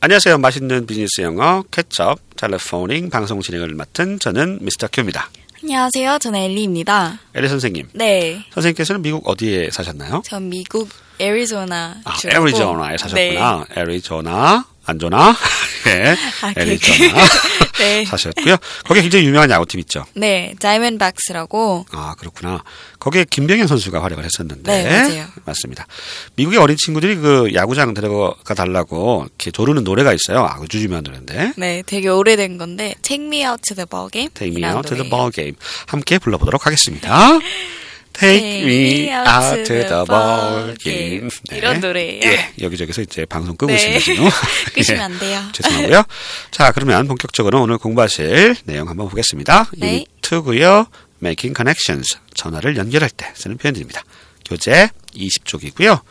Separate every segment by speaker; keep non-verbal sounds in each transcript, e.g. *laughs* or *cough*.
Speaker 1: 안녕하세요. 맛있는 비즈니스 영어 캐첩 텔레포닝 방송 진행을 맡은 저는 미스터 큐입니다.
Speaker 2: 안녕하세요. 저는 엘리입니다.
Speaker 1: 에리 선생님.
Speaker 2: 네.
Speaker 1: 선생님께서는 미국 어디에 사셨나요?
Speaker 2: 전 미국 애리조나 네.
Speaker 1: 아,
Speaker 2: 주라고. 뭐,
Speaker 1: 애리조나에 사셨구나. 애리조나 안조나. *laughs* 예.
Speaker 2: 아, 그-
Speaker 1: 애리조나
Speaker 2: *laughs*
Speaker 1: *laughs*
Speaker 2: 네. 네.
Speaker 1: 사셨고요. 거기에 굉장히 유명한 야구팀 있죠.
Speaker 2: 네. 다이먼박스라고.
Speaker 1: 아, 그렇구나. 거기에 김병현 선수가 활약을 했었는데.
Speaker 2: 네, 맞아요.
Speaker 1: 습니다 미국의 어린 친구들이 그 야구장 들어가 달라고 이렇게 조르는 노래가 있어요. 아주 유명한 노래인데.
Speaker 2: 네. 되게 오래된 건데 Take Me Out to the Ball Game.
Speaker 1: Take me out to the ball game. 함께 불러보도록
Speaker 2: *laughs*
Speaker 1: 하겠습니다. Take me out to the ball game. 네.
Speaker 2: 이런 노래예요.
Speaker 1: 예, 여기저기서 이제 방송 끄고
Speaker 2: 네.
Speaker 1: 있습니다, 지금.
Speaker 2: *laughs*
Speaker 1: *laughs*
Speaker 2: 끄시면
Speaker 1: 예,
Speaker 2: 안 돼요.
Speaker 1: 죄송하고요. 자, 그러면 본격적으로 오늘 공부하실 내용 한번 보겠습니다.
Speaker 2: 네.
Speaker 1: 유니트2고요. Making connections. 전화를 연결할 때 쓰는 표현들입니다. 교재 20쪽이고요.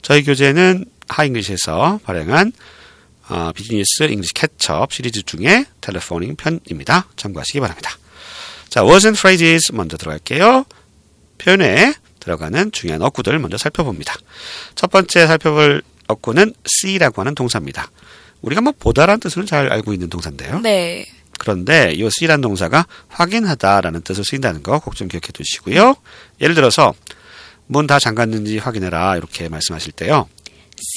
Speaker 1: 저희 교재는 하잉글리시에서 발행한 아, 비즈니스 잉글리시 캐첩 시리즈 중에 텔레포닝 편입니다. 참고하시기 바랍니다. 자, words and phrases 먼저 들어갈게요. 표현에 들어가는 중요한 어구들 먼저 살펴봅니다. 첫 번째 살펴볼 어구는 see라고 하는 동사입니다. 우리가 뭐 보다라는 뜻을 잘 알고 있는 동사인데요.
Speaker 2: 네.
Speaker 1: 그런데 이 see라는 동사가 확인하다라는 뜻을 쓰인다는 거 꼭 좀 기억해 두시고요. 예를 들어서 문 다 잠갔는지 확인해라 이렇게 말씀하실 때요.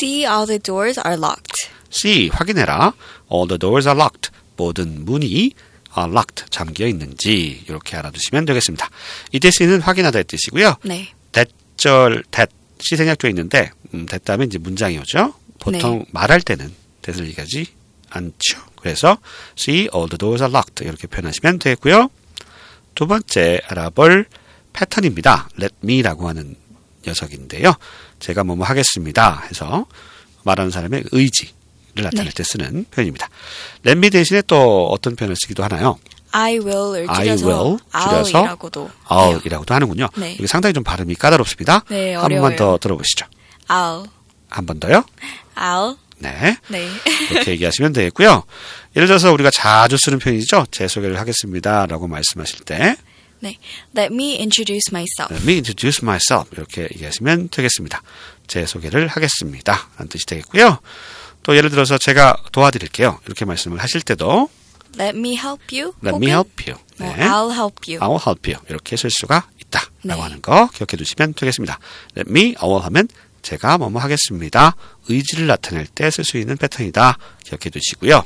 Speaker 2: See all the doors are locked.
Speaker 1: C. 확인해라. All the doors are locked. 모든 문이 are locked. 잠겨 있는지 이렇게 알아두시면 되겠습니다. 이때 C는 확인하다의 뜻이고요.
Speaker 2: 네.
Speaker 1: 대절 대시 생략돼 있는데 음, 됐다면 이제 문장이 오죠. 보통
Speaker 2: 네.
Speaker 1: 말할 때는 대를 얘기하지 않죠. 그래서 see all the doors are locked 이렇게 표현하시면 되고요. 두 번째 알아볼 패턴입니다. Let me라고 하는 녀석인데요. 제가 뭐뭐 하겠습니다 해서 말하는 사람의 의지를 나타낼
Speaker 2: 네.
Speaker 1: 때 쓰는 표현입니다. Let me 대신에 또 어떤 표현을 쓰기도 하나요?
Speaker 2: I will을
Speaker 1: I
Speaker 2: 줄여서
Speaker 1: will, 줄여서
Speaker 2: I'll이라고도 해요.
Speaker 1: all이라고도 하는군요.
Speaker 2: 네.
Speaker 1: 여기 상당히 좀 발음이 까다롭습니다.
Speaker 2: 네,
Speaker 1: 한 번만
Speaker 2: 어려워요.
Speaker 1: 더 들어보시죠.
Speaker 2: I'll.
Speaker 1: 한 번 더요.
Speaker 2: I'll.
Speaker 1: 네.
Speaker 2: 네.
Speaker 1: 그렇게 얘기하시면 되겠고요. 예를 들어서 우리가 자주 쓰는 표현이죠. 제 소개를 하겠습니다. 라고 말씀하실 때,
Speaker 2: 네. Let me introduce myself.
Speaker 1: let me introduce myself. 이렇게 얘기하시면 되겠습니다. 제 소개를 하겠습니다. 라는 뜻이 되겠고요. 또 예를 들어서 제가 도와드릴게요. 이렇게 말씀을 하실 때도,
Speaker 2: Let me help you.
Speaker 1: 네. let me
Speaker 2: 혹은
Speaker 1: help you.
Speaker 2: 뭐,
Speaker 1: 네.
Speaker 2: I'll help you.
Speaker 1: I will help you. 이렇게 쓸 수가 있다. 라고
Speaker 2: 네.
Speaker 1: 하는 거 기억해 두시면 되겠습니다. Let me, I will 하면 제가 뭐뭐 하겠습니다. 의지를 나타낼 때 쓸 수 있는 패턴이다. 기억해 두시고요.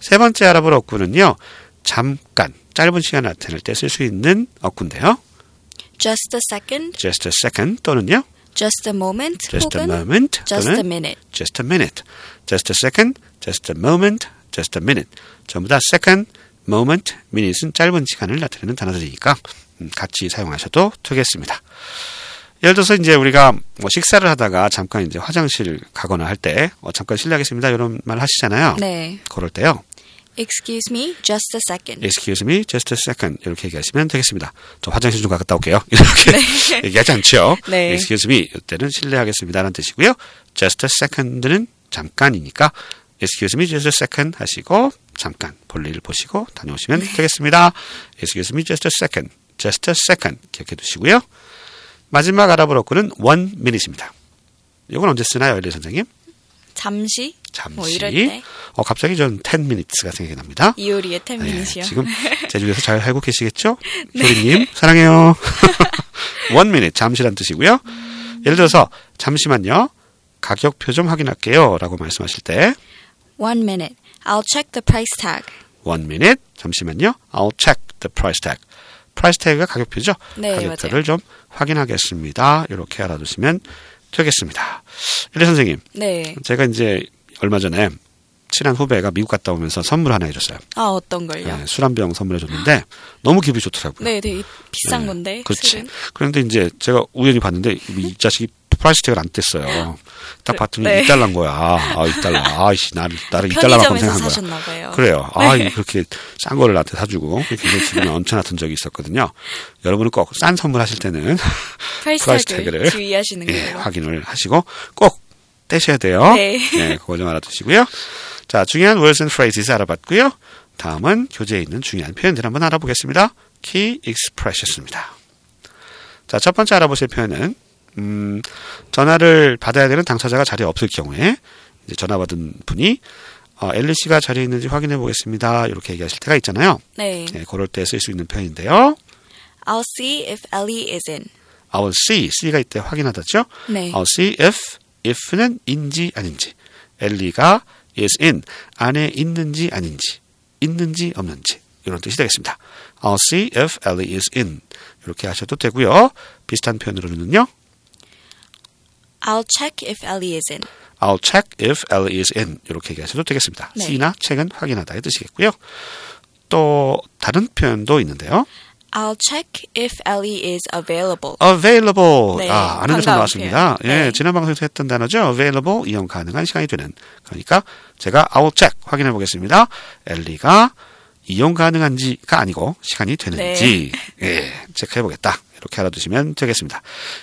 Speaker 1: 세 번째 알아볼 어구는요. 잠깐, 짧은 시간 나타낼 때 쓸 수 있는 어구인데요.
Speaker 2: Just a second,
Speaker 1: just a second 또는요.
Speaker 2: just a moment,
Speaker 1: just a
Speaker 2: 혹은
Speaker 1: moment 네.
Speaker 2: just
Speaker 1: 또는
Speaker 2: a minute.
Speaker 1: just a minute, just a second, just a moment, just a minute. 전부 다 second, moment, minute은 짧은 시간을 나타내는 단어들이니까 음, 같이 사용하셔도 되겠습니다. 예를 들어서 이제 우리가 뭐 식사를 하다가 잠깐 이제 화장실 가거나 할 때 어, 잠깐 실례하겠습니다 이런 말 하시잖아요.
Speaker 2: 네.
Speaker 1: 그럴 때요.
Speaker 2: Excuse me, just a second.
Speaker 1: Excuse me, just a second. 이렇게 얘기하시면 되겠습니다. 저 화장실 좀 갔다 올게요. *laughs* 이렇게 얘기하지 않죠.
Speaker 2: 네.
Speaker 1: Excuse me. 이때는 실례하겠습니다라는 뜻이고요. Just a second는 잠깐이니까 Excuse me, just a second 하시고 잠깐 볼일 보시고
Speaker 2: 네.
Speaker 1: 다녀오시면 되겠습니다. Excuse me, just a second. Just a second 기억해 두시고요. 마지막 알아볼 어구는 one minute입니다. 이건 언제 쓰나요, 엘리 선생님?
Speaker 2: 잠시.
Speaker 1: 잠시.
Speaker 2: 뭐 이럴 때.
Speaker 1: 어, 갑자기 전 10 minutes가 생각이 납니다.
Speaker 2: 이효리의 10
Speaker 1: 네,
Speaker 2: minutes요. *laughs* 네.
Speaker 1: 지금 제주에서 잘 살고 계시겠죠? 효리님 사랑해요. *laughs* 원 미닛 잠시란 뜻이고요.
Speaker 2: 음.
Speaker 1: 예를 들어서 잠시만요. 가격표 좀 확인할게요라고 말씀하실 때
Speaker 2: One minute. I'll check the price tag.
Speaker 1: 원 미닛 잠시만요. I'll check the price tag. price tag가 가격표죠.
Speaker 2: 네,
Speaker 1: 가격표를
Speaker 2: 맞아요.
Speaker 1: 좀 확인하겠습니다. 이렇게 알아두시면 되겠습니다. 일리 선생님,
Speaker 2: 네.
Speaker 1: 제가 이제 얼마 전에 친한 후배가 미국 갔다 오면서 선물 하나 해줬어요.
Speaker 2: 아, 어떤 걸요?
Speaker 1: 네, 술 한 병 선물해줬는데 너무 기분이 좋더라고요.
Speaker 2: 네, 되게 비싼
Speaker 1: 네,
Speaker 2: 건데.
Speaker 1: 그렇지.
Speaker 2: 술은.
Speaker 1: 그런데 이제 제가 우연히 봤는데 이 자식이 플라스틱을 안 뗐어요. 딱 봤더니
Speaker 2: 네.
Speaker 1: 2달러인 거야. 아, 2달러. 아이씨, 나를, 나를 2달러만큼
Speaker 2: 편의점에서 네.
Speaker 1: 생각한 거야.
Speaker 2: 사셨나 봐요.
Speaker 1: 그래요. 아, 이 그렇게 싼 거를 나한테 사주고 굉장히 기분이 얹혀놨던 적이 있었거든요. 여러분은 꼭 싼 선물 하실 때는
Speaker 2: price
Speaker 1: price
Speaker 2: tag을
Speaker 1: tag를.
Speaker 2: 주의하시는
Speaker 1: 예, 아?
Speaker 2: 거예요.
Speaker 1: 확인을 하시고 꼭 떼셔야 돼요.
Speaker 2: 네.
Speaker 1: 그거 좀 알아두시고요. 자, 중요한 words and phrases 알아봤고요. 다음은 교재에 있는 중요한 표현들 한번 알아보겠습니다. Key expressions입니다. 자, 첫 번째 알아보실 표현은 음, 전화를 받아야 되는 당사자가 자리에 없을 경우에 이제 전화 받은 분이 어, 엘리 씨가 자리에 있는지 확인해 보겠습니다. 이렇게 얘기하실 때가 있잖아요.
Speaker 2: 네.
Speaker 1: 네, 그럴 때 쓸 수 있는 표현인데요.
Speaker 2: I'll see if Ellie is in.
Speaker 1: I will see. see가 이때 확인하다죠.
Speaker 2: 네.
Speaker 1: I'll see if. if는 인지 아닌지. 엘리가 is in. 안에 있는지 아닌지. 있는지 없는지. 이런 뜻이 되겠습니다. 어, I'll see if Ellie is in. 이렇게 하셔도 되고요. 비슷한 표현으로는요.
Speaker 2: I'll check if Ellie is in.
Speaker 1: I'll check if Ellie is in. 이렇게 얘기하셔도 되겠습니다.
Speaker 2: 네.
Speaker 1: see나 check은 확인하다의 뜻이겠고요. 또 다른 표현도 있는데요.
Speaker 2: I'll check if Ellie is available.
Speaker 1: available.
Speaker 2: 네,
Speaker 1: 아, 아는 데서
Speaker 2: 반가운
Speaker 1: 나왔습니다.
Speaker 2: 표현.
Speaker 1: 예,
Speaker 2: 네.
Speaker 1: 지난 방송에서 했던 단어죠. available 이용 가능한 시간이 되는. 그러니까 제가 I'll check 확인해 보겠습니다. 엘리가 이용 가능한지가 아니고 시간이 되는지
Speaker 2: 네.
Speaker 1: 예, 체크해 보겠다. 이렇게 알아두시면 되겠습니다.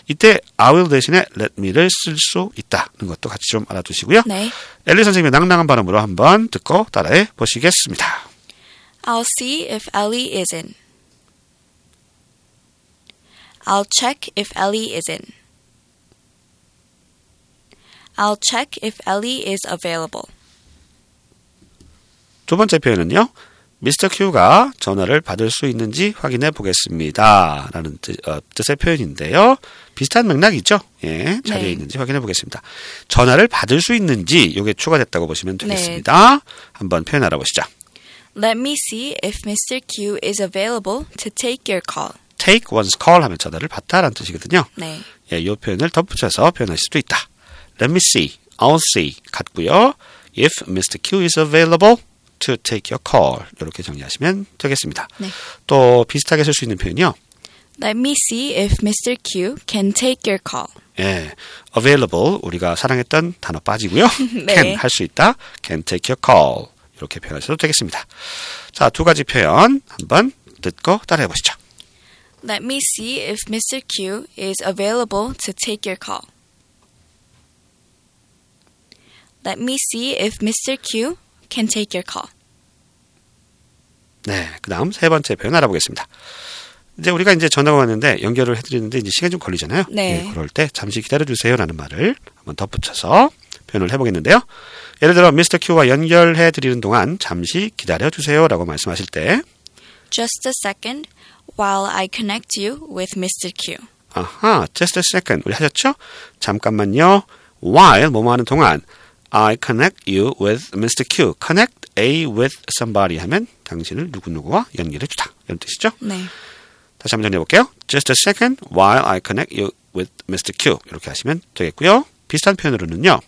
Speaker 1: 이때 I will 대신에 let me를 쓸 수 있다는 것도 같이 좀 알아두시고요.
Speaker 2: 네.
Speaker 1: 엘리 선생님의 낭낭한 발음으로 한번 듣고 따라해 보시겠습니다.
Speaker 2: I'll see if Ellie is in. I'll check if Ellie is in. I'll check if Ellie is available.
Speaker 1: 두 번째 표현은요. 미스터 Q가 전화를 받을 수 있는지 확인해 보겠습니다. 라는 뜻, 의 표현인데요. 비슷한 맥락이죠. 예, 자리에
Speaker 2: 네.
Speaker 1: 있는지 확인해 보겠습니다. 전화를 받을 수 있는지 이게 추가됐다고 보시면
Speaker 2: 네.
Speaker 1: 되겠습니다. 한번 표현 알아보시죠.
Speaker 2: Let me see if Mr. Q is available to take your call.
Speaker 1: take one's call 하면 전화를 받다라는 뜻이거든요.
Speaker 2: 네.
Speaker 1: 예, 이 표현을 덧붙여서 표현할 수도 있다. Let me see, I'll see 같고요. If Mr. Q is available to take your call 이렇게 정리하시면 되겠습니다.
Speaker 2: 네.
Speaker 1: 또 비슷하게 쓸 수 있는 표현이요.
Speaker 2: Let me see if Mr. Q can take your call.
Speaker 1: 예, available 우리가 사랑했던 단어 빠지고요.
Speaker 2: *laughs* 네.
Speaker 1: can 할 수 있다. can take your call 이렇게 표현하셔도 되겠습니다. 자, 두 가지 표현 한번 듣고 따라해 보시죠.
Speaker 2: Let me see if Mr. Q is available to take your call. Let me see if Mr. Q can take your call.
Speaker 1: 네, 그다음 세 번째 표현 알아보겠습니다. 이제 우리가 이제 전화가 왔는데 연결을 해드리는데 이제 시간이 좀 걸리잖아요.
Speaker 2: 네.
Speaker 1: 예, 그럴 때 잠시 기다려주세요라는 말을 한번 덧붙여서 표현을 해보겠는데요. 예를 들어 Mr. Q와 연결해 드리는 동안 잠시 기다려주세요라고 말씀하실 때
Speaker 2: Just a second while I connect you with Mr. Q.
Speaker 1: 아하, just a second. 우리 하셨죠? 잠깐만요. While 뭐뭐 하는 동안 I connect you with Mr. Q. Connect A with somebody 하면 당신을 누구누구와 연결해 주다. 이런 뜻이죠?
Speaker 2: 네.
Speaker 1: 다시 한번 정리해 볼게요. Just a second while I connect you with Mr. Q. 이렇게 하시면 되겠고요. 비슷한 표현으로는요.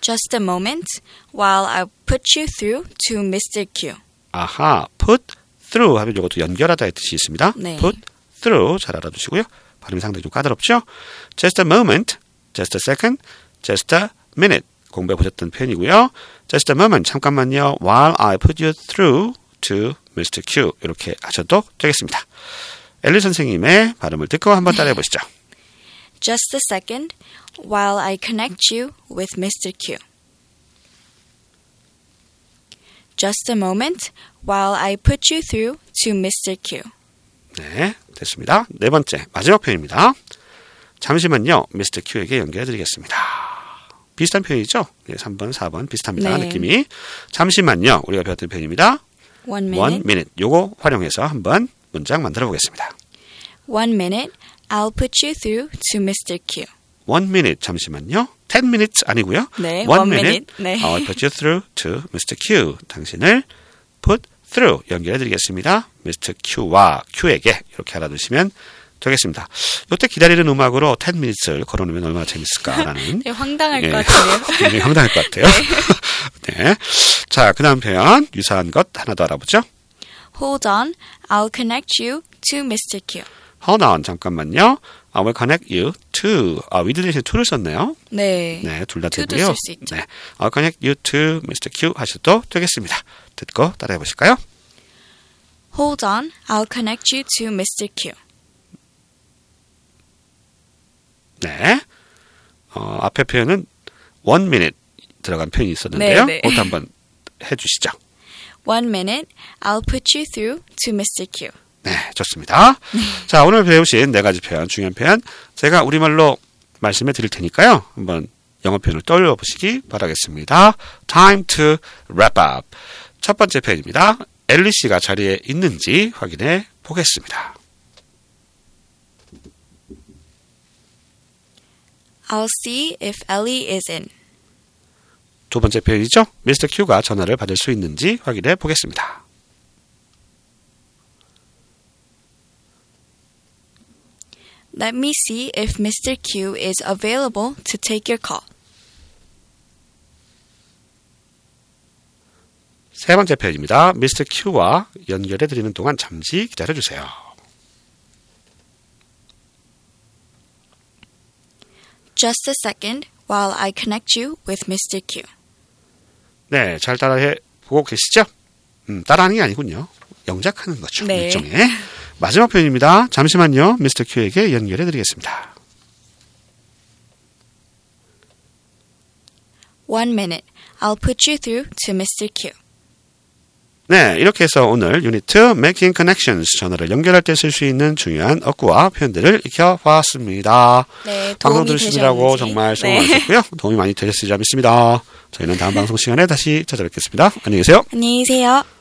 Speaker 2: Just a moment while I put you through to Mr. Q.
Speaker 1: 아하, put through 하면 이것도 연결하다의 뜻이 있습니다.
Speaker 2: 네.
Speaker 1: put through 잘 알아두시고요. 발음이 상당히 좀 까다롭죠. just a moment, just a second, just a minute 공부해 보셨던 표현이고요. just a moment 잠깐만요. while I put you through to Mr. Q 이렇게 하셔도 되겠습니다. 엘리 선생님의 발음을 듣고 한번 따라해 보시죠.
Speaker 2: Just a second while I connect you with Mr. Q. Just a moment while I put you through to Mr. Q.
Speaker 1: 네, 됐습니다. 네 번째, 마지막 표현입니다. 잠시만요, Mr. Q에게 연결해드리겠습니다. 비슷한 표현이죠? 예, 3번, 4번 비슷합니다.
Speaker 2: 네.
Speaker 1: 느낌이. 잠시만요, 우리가 배웠던 표현입니다.
Speaker 2: One minute.
Speaker 1: One minute. 요거 활용해서 한번 문장 만들어 보겠습니다.
Speaker 2: One minute. I'll put you through to Mr. Q.
Speaker 1: One minute, 잠시만요. Ten minutes 아니고요.
Speaker 2: 네,
Speaker 1: one,
Speaker 2: one
Speaker 1: minute.
Speaker 2: minute. 네.
Speaker 1: I'll put you through to Mr. Q. 당신을 put through 연결해드리겠습니다. Mr. Q와 Q에게 이렇게 알아두시면 되겠습니다. 이때 기다리는 음악으로 10 minutes를 걸어놓으면 얼마나
Speaker 2: *laughs*
Speaker 1: 재밌을까라는
Speaker 2: *laughs* 네, 황당할
Speaker 1: 예.
Speaker 2: 것 같아요.
Speaker 1: 굉장히 황당할 것
Speaker 2: *laughs*
Speaker 1: 같아요. 네. 자, 그 다음 표현 유사한 것 하나 더 알아보죠.
Speaker 2: Hold on. I'll connect you to Mr. Q.
Speaker 1: Hold on, 잠깐만요. I will connect you to. 아, with 대신 to를 썼네요.
Speaker 2: 네.
Speaker 1: 네, 둘 다
Speaker 2: to도
Speaker 1: 되고요.
Speaker 2: 쓸수 있죠.
Speaker 1: 네, I'll connect you to Mr. Q 하셔도 되겠습니다. 듣고 따라해 보실까요?
Speaker 2: Hold on. I'll connect you to Mr. Q.
Speaker 1: 네, 어, 앞에 표현은 one minute 들어간 표현이 있었는데요.
Speaker 2: 네, 네.
Speaker 1: 그것도 한번 해주시죠.
Speaker 2: One minute. I'll put you through to Mr. Q.
Speaker 1: 네,
Speaker 2: *laughs*
Speaker 1: 좋습니다. 자, 오늘 배우신 네 가지 표현, 중요한 표현, 제가 우리말로 말씀해 드릴 테니까요. 한번 영어 표현을 떠올려 보시기 바라겠습니다. Time to wrap up. 첫 번째 표현입니다. 엘리 씨가 자리에 있는지 확인해 보겠습니다.
Speaker 2: I'll see if Ellie is in.
Speaker 1: 두 번째 표현이죠. 미스터 Q가 전화를 받을 수 있는지 확인해 보겠습니다.
Speaker 2: Let me see if Mr. Q is available to take your call.
Speaker 1: 세 번째 표현입니다. 미스터 Q와 연결해 드리는 동안 잠시 기다려 주세요.
Speaker 2: Just a second while I connect you with Mr. Q.
Speaker 1: 네, 잘 따라해 보고 계시죠? 음, 따라하는 게 아니군요. 영작하는 거죠.
Speaker 2: 네.
Speaker 1: 일종의 마지막 표현입니다. 잠시만요. 미스터 Q에게 연결해 드리겠습니다.
Speaker 2: One minute. I'll put you through to Mr. Q.
Speaker 1: 네, 이렇게 해서 오늘 유니트 Making Connections 전화를 연결할 때 쓸 수 있는 중요한 어구와 표현들을 익혀봤습니다.
Speaker 2: 네,
Speaker 1: 방송
Speaker 2: 도움이
Speaker 1: 들으시느라고
Speaker 2: 되셨는지.
Speaker 1: 정말
Speaker 2: 네.
Speaker 1: 수고하셨고요. 도움이 많이 되셨으리라 믿습니다. 저희는 다음 방송 시간에 다시 찾아뵙겠습니다. 안녕히 계세요.
Speaker 2: *laughs* 안녕히 계세요.